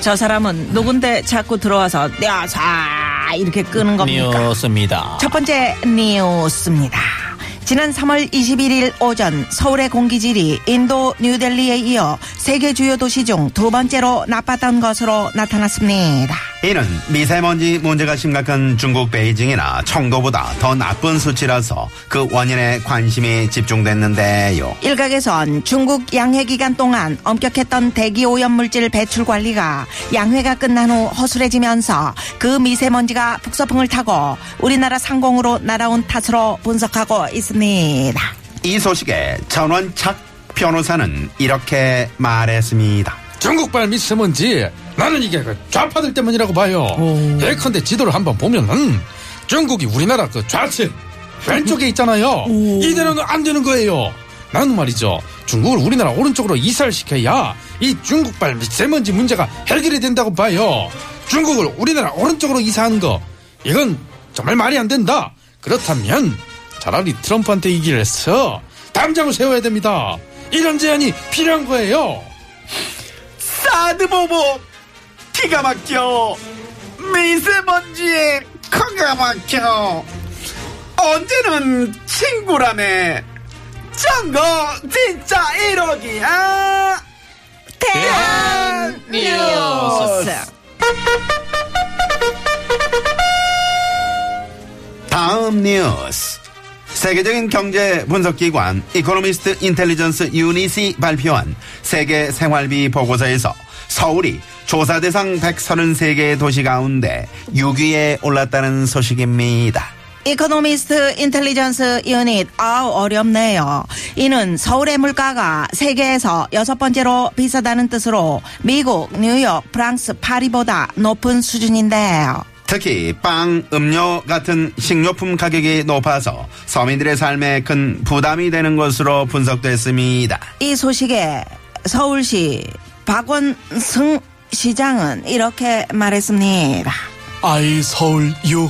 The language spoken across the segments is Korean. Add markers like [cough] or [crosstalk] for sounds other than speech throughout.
저 사람은 누군데 자꾸 들어와서 뇌사 이렇게 끄는 겁니까? 뉴스입니다. 첫 번째 뉴스입니다. 지난 3월 21일 오전 서울의 공기질이 인도 뉴델리에 이어 세계 주요 도시 중 두 번째로 나빴던 것으로 나타났습니다. 이는 미세먼지 문제가 심각한 중국 베이징이나 청도보다 더 나쁜 수치라서 그 원인에 관심이 집중됐는데요. 일각에선 중국 양회 기간 동안 엄격했던 대기 오염 물질 배출 관리가 양회가 끝난 후 허술해지면서 그 미세먼지가 북서풍을 타고 우리나라 상공으로 날아온 탓으로 분석하고 있습니다. 이 소식에 전원착 변호사는 이렇게 말했습니다. 중국발 미세먼지 나는 이게 그 좌파들 때문이라고 봐요. 예컨대 지도를 한번 보면은 중국이 우리나라 그 좌측 왼쪽에 있잖아요. 이대로는 안 되는 거예요. 나는 말이죠. 중국을 우리나라 오른쪽으로 이사를 시켜야 이 중국발 미세먼지 문제가 해결이 된다고 봐요. 중국을 우리나라 오른쪽으로 이사하는 거 이건 정말 말이 안 된다. 그렇다면 차라리 트럼프한테 이기를해서 담장을 세워야 됩니다. 이런 제안이 필요한 거예요. 사드보보 기가 막혀 미세먼지에 코가 막혀 언제는 친구라네 정거 진짜 1억이야 대한 뉴스. 다음 뉴스 세계적인 경제 분석기관 이코노미스트 인텔리전스 유닛이 발표한 세계 생활비 보고서에서 서울이 조사 대상 133개 도시 가운데 6위에 올랐다는 소식입니다. 이코노미스트 인텔리전스 유닛 아우 어렵네요. 이는 서울의 물가가 세계에서 여섯 번째로 비싸다는 뜻으로 미국, 뉴욕, 프랑스, 파리보다 높은 수준인데요. 특히 빵, 음료 같은 식료품 가격이 높아서 서민들의 삶에 큰 부담이 되는 것으로 분석됐습니다. 이 소식에 서울시 박원승 시장은 이렇게 말했습니다. 아이 서울 유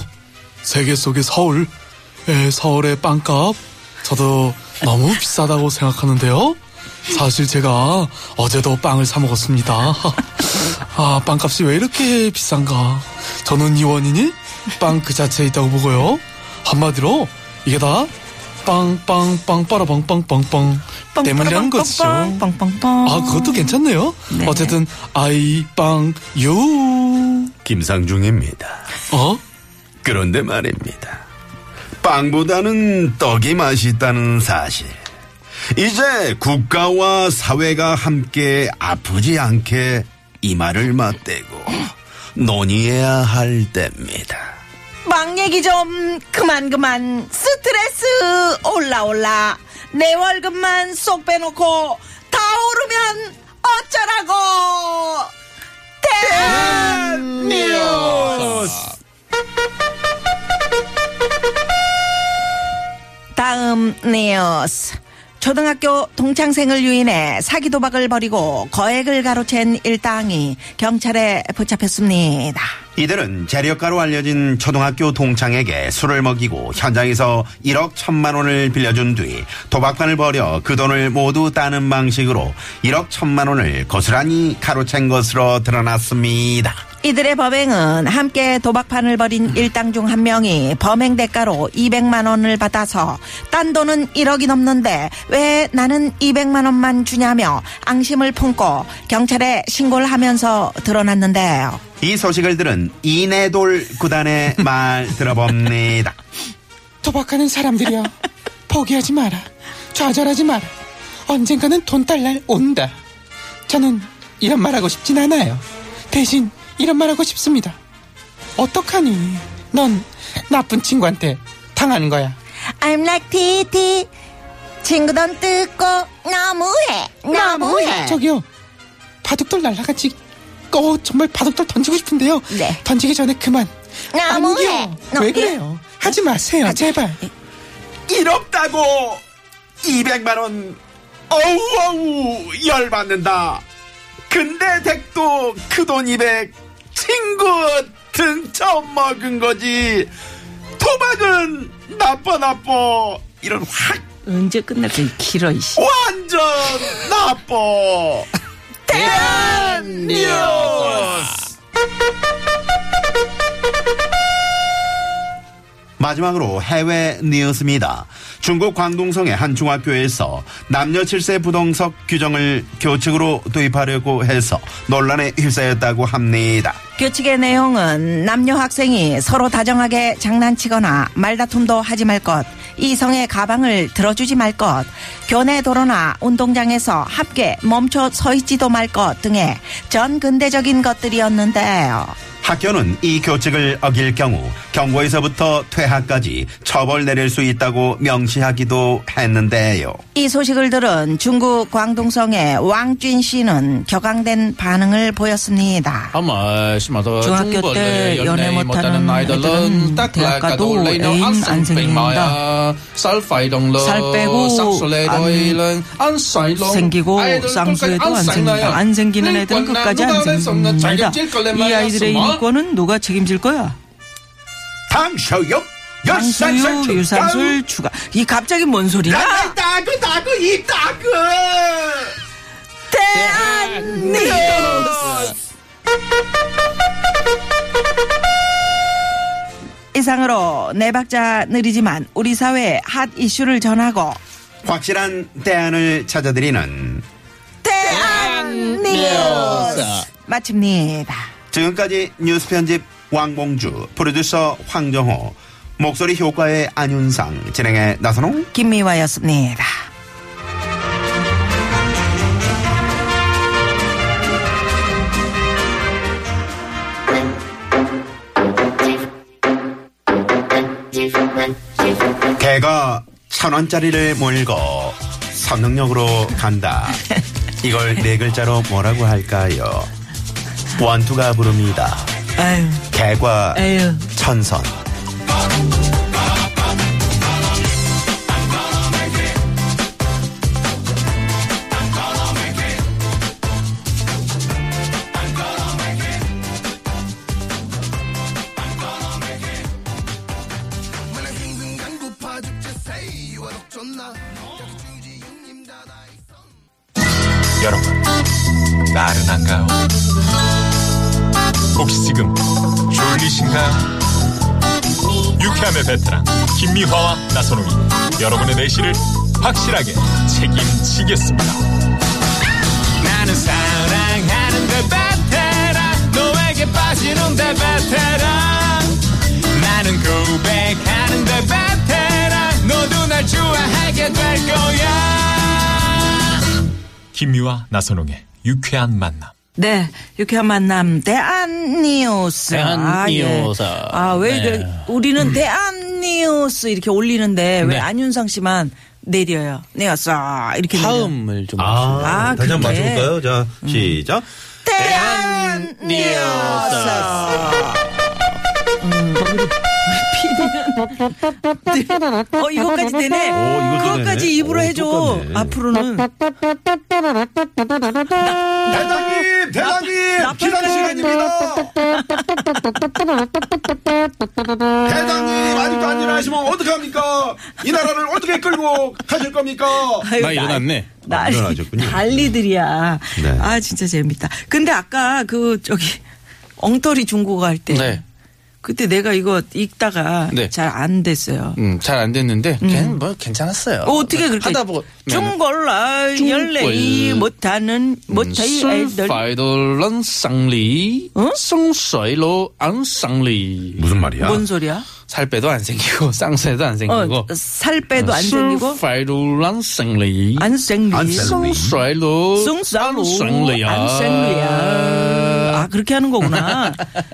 세계 속의 서울 에, 서울의 빵값 저도 너무 비싸다고 생각하는데요 사실 제가 어제도 빵을 사 먹었습니다 [laughs] 아 빵값이 왜 이렇게 비싼가 저는 이 원인이 빵 그 자체에 있다고 보고요 한마디로 이게 다 빵빵빵 빠라빵빵빵빵 때문이라는 거죠 빵빵빵. 아 그것도 괜찮네요 네. 어쨌든 아이 빵유 김상중입니다. 어? 그런데 말입니다. 빵보다는 떡이 맛있다는 사실. 이제 국가와 사회가 함께 아프지 않게 이 말을 맞대고 논의해야 할 때입니다. 빵 얘기 좀 그만 그만 스트레스 올라 올라 내 월급만 쏙 빼놓고 다 오르면 어쩌라고 대한 뉴스 다음 뉴스 초등학교 동창생을 유인해 사기 도박을 벌이고 거액을 가로챈 일당이 경찰에 붙잡혔습니다. 이들은 재력가로 알려진 초등학교 동창에게 술을 먹이고 현장에서 1억 1천만 원을 빌려준 뒤 도박판을 벌여 그 돈을 모두 따는 방식으로 1억 1천만 원을 고스란히 가로챈 것으로 드러났습니다. 이들의 범행은 함께 도박판을 벌인 일당 중 한 명이 범행 대가로 200만 원을 받아서 딴 돈은 1억이 넘는데 왜 나는 200만 원만 주냐며 앙심을 품고 경찰에 신고를 하면서 드러났는데요. 이 소식을 들은 이내돌 [laughs] 구단의 말 들어봅니다. 도박하는 사람들이여 포기하지 마라 좌절하지 마라 언젠가는 돈 딸 날 온다 저는 이런 말 하고 싶진 않아요 대신 이런 말 하고 싶습니다 어떡하니 넌 나쁜 친구한테 당하는 거야 I'm like TT 친구던 뜯고 너무해 너무해 저기요 바둑돌 날라같이 어, 정말 바둑돌 던지고 싶은데요. 네. 던지기 전에 그만. 너무해. 아니요. 너- 왜 그래요? 하지 마세요. 제발. 이럽다고 200만원 어우 어우 열받는다 근데 댁도 그 돈 200 친구 등점 먹은 거지 도박은 나빠 나빠 이런 확 언제 끝날 건 길어 이씨. 완전 나빠 대한 뉴스 마지막으로 해외 뉴스입니다. 중국 광둥성의 한 중학교에서 남녀 7세 부동석 규정을 교칙으로 도입하려고 해서 논란에 휩싸였다고 합니다. 규칙의 내용은 남녀 학생이 서로 다정하게 장난치거나 말다툼도 하지 말 것, 이성의 가방을 들어주지 말 것, 교내 도로나 운동장에서 함께 멈춰 서 있지도 말 것 등의 전근대적인 것들이었는데요. 학교는 이 교칙을 어길 경우 경고에서부터 퇴학까지 처벌 내릴 수 있다고 명시하기도 했는데요. 이 소식을 들은 중국 광둥성의 왕쥔 씨는 격앙된 반응을 보였습니다. 아마 심하다 뭐 중학교 때 연애 못하는 애들은 그 대학가도 애인 안 생긴다. 살 빼고 생기고 쌍수해도 안 생긴다. 안 생기는 네, 애들은 끝까지 안 생긴다. 이 아이들의 뭐? 인권은 누가 책임질 거야? 당셔욕 강수유, 유산슬, 추가. 이 갑자기 뭔 소리야? 따그 따그 이 따그 대한 뉴스. 이상으로 네 박자 느리지만 우리 사회의 핫 이슈를 전하고 확실한 대안을 찾아드리는 대한 뉴스 마칩니다. 지금까지 뉴스 편집 왕봉주 프로듀서 황정호 목소리 효과의 안윤상 진행의 나선홍 김미화였습니다. 개가 천 원짜리를 몰고 삼능역으로 간다 이걸 네 글자로 뭐라고 할까요 원투가 부릅니다 아유, 개과 에휴. 천선 여러분, 나른한가요? 혹시 지금 졸리신가요? 유쾌함의 베테랑 김미화와 나선홍이 여러분의 내실을 확실하게 책임지겠습니다. 나는 사랑하는데 베테랑 너에게 빠지는데 베테랑 나는 고백하는데 베테랑 너도 날 좋아하게 될 거야. 김유와 나선홍의 유쾌한 만남. 네, 유쾌한 만남 대한 뉴스. 대한 뉴스. 아, 왜 네. 이래- 우리는 대한 뉴스 이렇게 올리는데 왜 네. 안윤상 씨만 내려요? 내었어 이렇게 내려요. 다음을 좀 아, 다시 한번 그래. 맞춰볼까요? 자 시작 대한 뉴스. 어 이거까지 되네. 이거 되네. 그거까지 입으로 오, 해줘. 똑같네. 앞으로는 대장님 대장님 기다리 시간입니다 대장님 아직도 안 일어나시면 어떡합니까 이 나라를 어떻게 끌고 가실 겁니까 아유, 나 일어났네. 난리, 일어나셨군요. 난리들이야. 네. 아 진짜 재밌다. 근데 아까 그 저기 엉터리 중고가 할 때 네. 그때 내가 이거 읽다가 네. 잘 안 됐어요. 음, 잘 안 됐는데 걔는 뭐 괜찮았어요. 어, 어떻게 그렇게 하다 보고 중골라 중골. 열레이 못하는 못하이 뭐 애들 음, 어? 파이돌런 쌍리 응? 송쇠로 안 쌍리 무슨 말이야 뭔 소리야? 살 빼도 안 생기고 [laughs] 쌍쇠도 안 생기고 어, 살 빼도 안 생기고 파이돌런 쌍리 안 생리. 안 생리. 송쇠로 숭싸로 쌍리야 안 생리야. 아 그렇게 하는 거구나.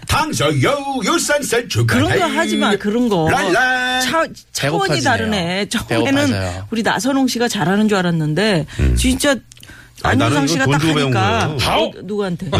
당서요 유산세 축하 그런 거 하지 마 그런 거. 랄랄. 차, 차원이 배고파지네요. 다르네. 처음에는 배고파서요. 우리 나선홍 씨가 잘하는 줄 알았는데 진짜 아니, 나는 안윤상 이거 씨가 돈 딱 주고 배운 하니까 거예요. 누구한테?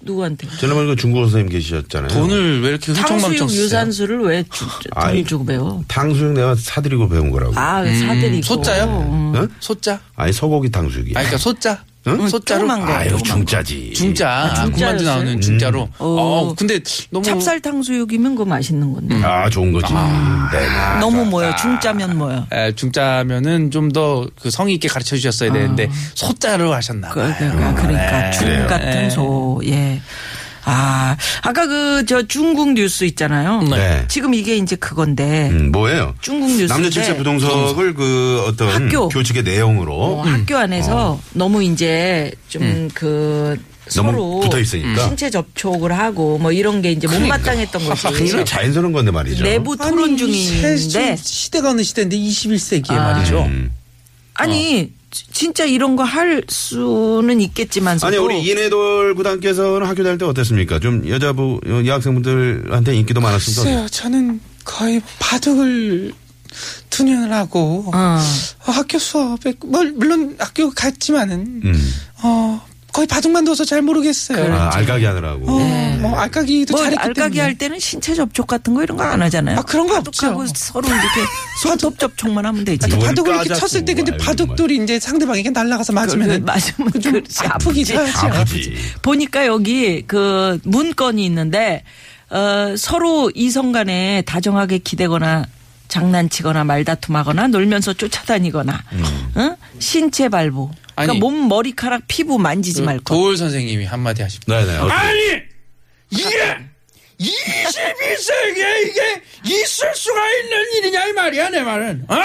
누구한테? 지난번에 그 중국어 선생님 계셨잖아요. 돈을 왜 이렇게 흥청망청 탕수육 쓰세요? 유산소를 왜 주, 아이. 돈 주고 배워? 탕수육 내가 사드리고 배운 거라고. 아, 음. 왜 사들이고. 소짜요? 응? 소자? 아니 소고기 탕수육이. 아, 그러니까 소자? 응? 소자로? 조그만 거. 아유 중짜지. 중자. 아, 군만두 중자였어요? 음. 나오는 중자로. 어, 근데 너무. 찹쌀 탕수육이면 그거 맛있는 건데. 아 좋은 거지. 네. 너무 뭐요? 중짜면 뭐요? 에, 중자면은 좀 더 그 성의 있게 가르쳐 주셨어야 되는데 아. 소자로 하셨나 그, 봐요. 그, 그, 네. 그러니까 중 같은 소. 예. 아, 아까 그 저 중국 뉴스 있잖아요. 네. 지금 이게 이제 그건데 음, 뭐예요? 중국 뉴스 남녀 칠세 부동석을 그 어떤 학교. 교칙의 내용으로 어, 학교 안에서 너무 이제 좀 그 너무 서로 음. 붙어 있으니까. 그러니까. 신체 접촉을 하고 뭐 이런 게 이제 [laughs] 못마땅했던 거지. 굉장히 아, 자연스러운 건데 말이죠. 내부 토론 중인데 아. 시대가 어느 시대인데 21세기에 말이죠. 음. 아니 어. 지- 진짜 이런 거 할 수는 있겠지만서도 아니 우리 이내돌 구단께서는 학교 다닐 때 어땠습니까? 좀 여자부 여학생분들한테 인기도 많았습니다. 글쎄요, 네, 저는 거의 바둑을 두년을 하고 어. 어, 학교 수업에 뭐, 물- 물론 학교 갔지만은 음. 어, 거의 바둑만 둬서 잘 모르겠어요. 아, 알까기 하느라고. 네, 어, 뭐 알까기도 뭐 잘했기 알까기 때문에. 할 때는 신체 접촉 같은 거 이런 거 안 하잖아요. 아, 그런 거 똑하고 없죠. 서로 [laughs] 이렇게 손톱 접촉만 하면 되지. 뭘 바둑을 이렇게 까자꾸 쳤을 때 근데 음. 알고 바둑돌이 이제 상대방에게 날아가서 그 맞으면 맞으면 좀 그렇지. 아프기도 하죠. 아프지. 보니까 여기 그 문건이 있는데 어, 서로 이성 간에 다정하게 기대거나 장난치거나 말다툼하거나 놀면서 쫓아다니거나 음. 응? 신체 발보 그러니까 그 아니. 몸 머리카락 피부 만지지 말고 도울 선생님이 한마디 하십니다. 네네. 어떻게- 아니 이게 21세기에 이게 있을 수가 있는 일이냐 이 말이야 내 말은. 어?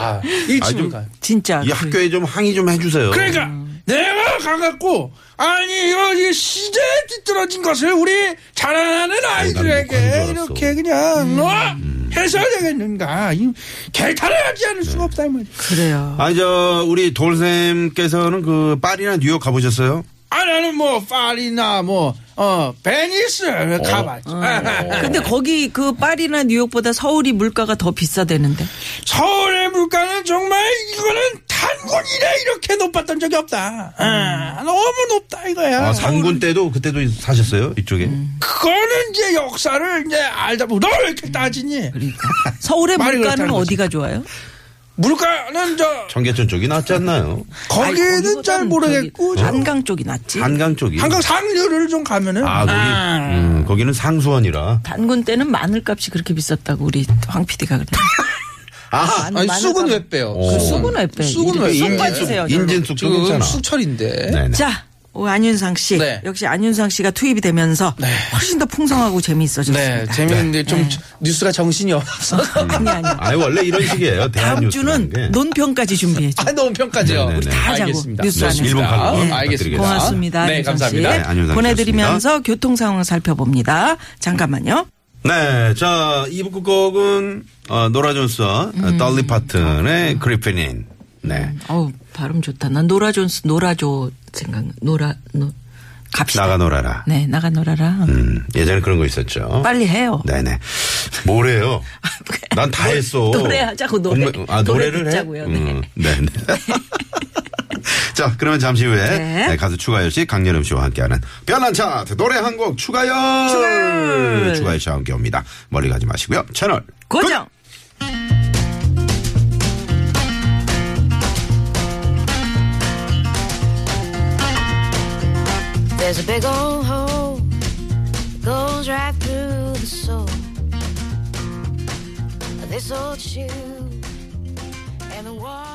아, 좀- 일침을 가요. 진짜 이 그- 학교에 좀 항의 좀 해주세요. 그러니까 내가 가갖고 아니 이거 이 시대에 뒤떨어진 것을 우리 자라나는 관계 아이들에게 알았어. 이렇게 그냥 어? 해서 되겠는가? 이 개탄을 하지 않을 수가 없다 이 말이야. 그래요. 아니 저 우리 돌쌤께서는 그 파리나 뉴욕 가보셨어요? 아 나는 뭐 파리나 뭐어 베니스 가봤지. 어. 근데 거기 그 파리나 뉴욕보다 서울이 물가가 더 비싸대는데. 서울의 물가는 정말 이거는 단군 이래 이렇게 높았던 적이 없다. 아, 너무 높다 이거야. 음. 아, 상군 때도 그때도 사셨어요 이쪽에. 음. 그거는 이제 역사를 이제 알다 보고 너왜 음. 이렇게 따지니? 서울의 말이 물가는 그렇다는 거지. 어디가 좋아요? 물가는 저 청계천 쪽이 낫지 않나요? 거기는 잘 모르겠고 저 한강 쪽이 낫지. 한강 쪽이. 한강 상류를 좀 가면은 어, 예. 아 거기 음, 거기는 상수원이라. 단군 때는 마늘값이 그렇게 비쌌다고 우리 황 PD가 그랬는데. 아 [laughs] 아니, 쑥은 왜 빼요? 그 어. 쑥은 왜 빼요? 쑥은 왜 쑥 인진- 빠지세요. 저는. 인진숙 쪽 지금 괜찮아. 수철인데. 네네. 자, 오, 안윤상 씨. 네. 역시 안윤상 씨가 투입이 되면서 훨씬 더 풍성하고 재미있어졌습니다. 네, 재밌는데 좀 뉴스가 정신이 음. 없어. 아니, 아니. 아니 원래 이런 식이에요. 대한 다음 네, 뉴스라는 주는 게. 논평까지 준비해줘. [laughs] 아, 너무 평가죠. 네네네. 우리 다 하자고. 알겠습니다. 뉴스 안에서. 일본 아, 가고 알겠습니다. 고맙습니다. 네, 안윤상 감사합니다. 씨. 네, 안윤상 보내드리면서 교통 상황 살펴봅니다. 잠깐만요. 네, 자 이부 끝곡은 어, 노라 존스와 음. 달리 파튼의 그리핀인. 네, 어우, 발음 좋다. 난 노라 존스, 노라조 생각, 노라, 노, 갑시다. 나가 놀아라. 네, 나가 놀아라. 음, 예전에 그런 거 있었죠. 빨리 해요. 네네. 뭐래요? 난 다 했어. 노래하자고, 노래. 공부- 아, 노래 노래를 듣자고요, 해? 네. 음, [laughs] 네네. 자, 그러면 잠시 후에 네. 네, 가수 추가열 씨, 강렬음 씨와 함께하는 별난 차트 노래 한 곡 추가열! 추가열! 씨와 함께 옵니다. 멀리 가지 마시고요. 채널 고정! There's a big old hole that goes right through the soul. This old shoe and the wall.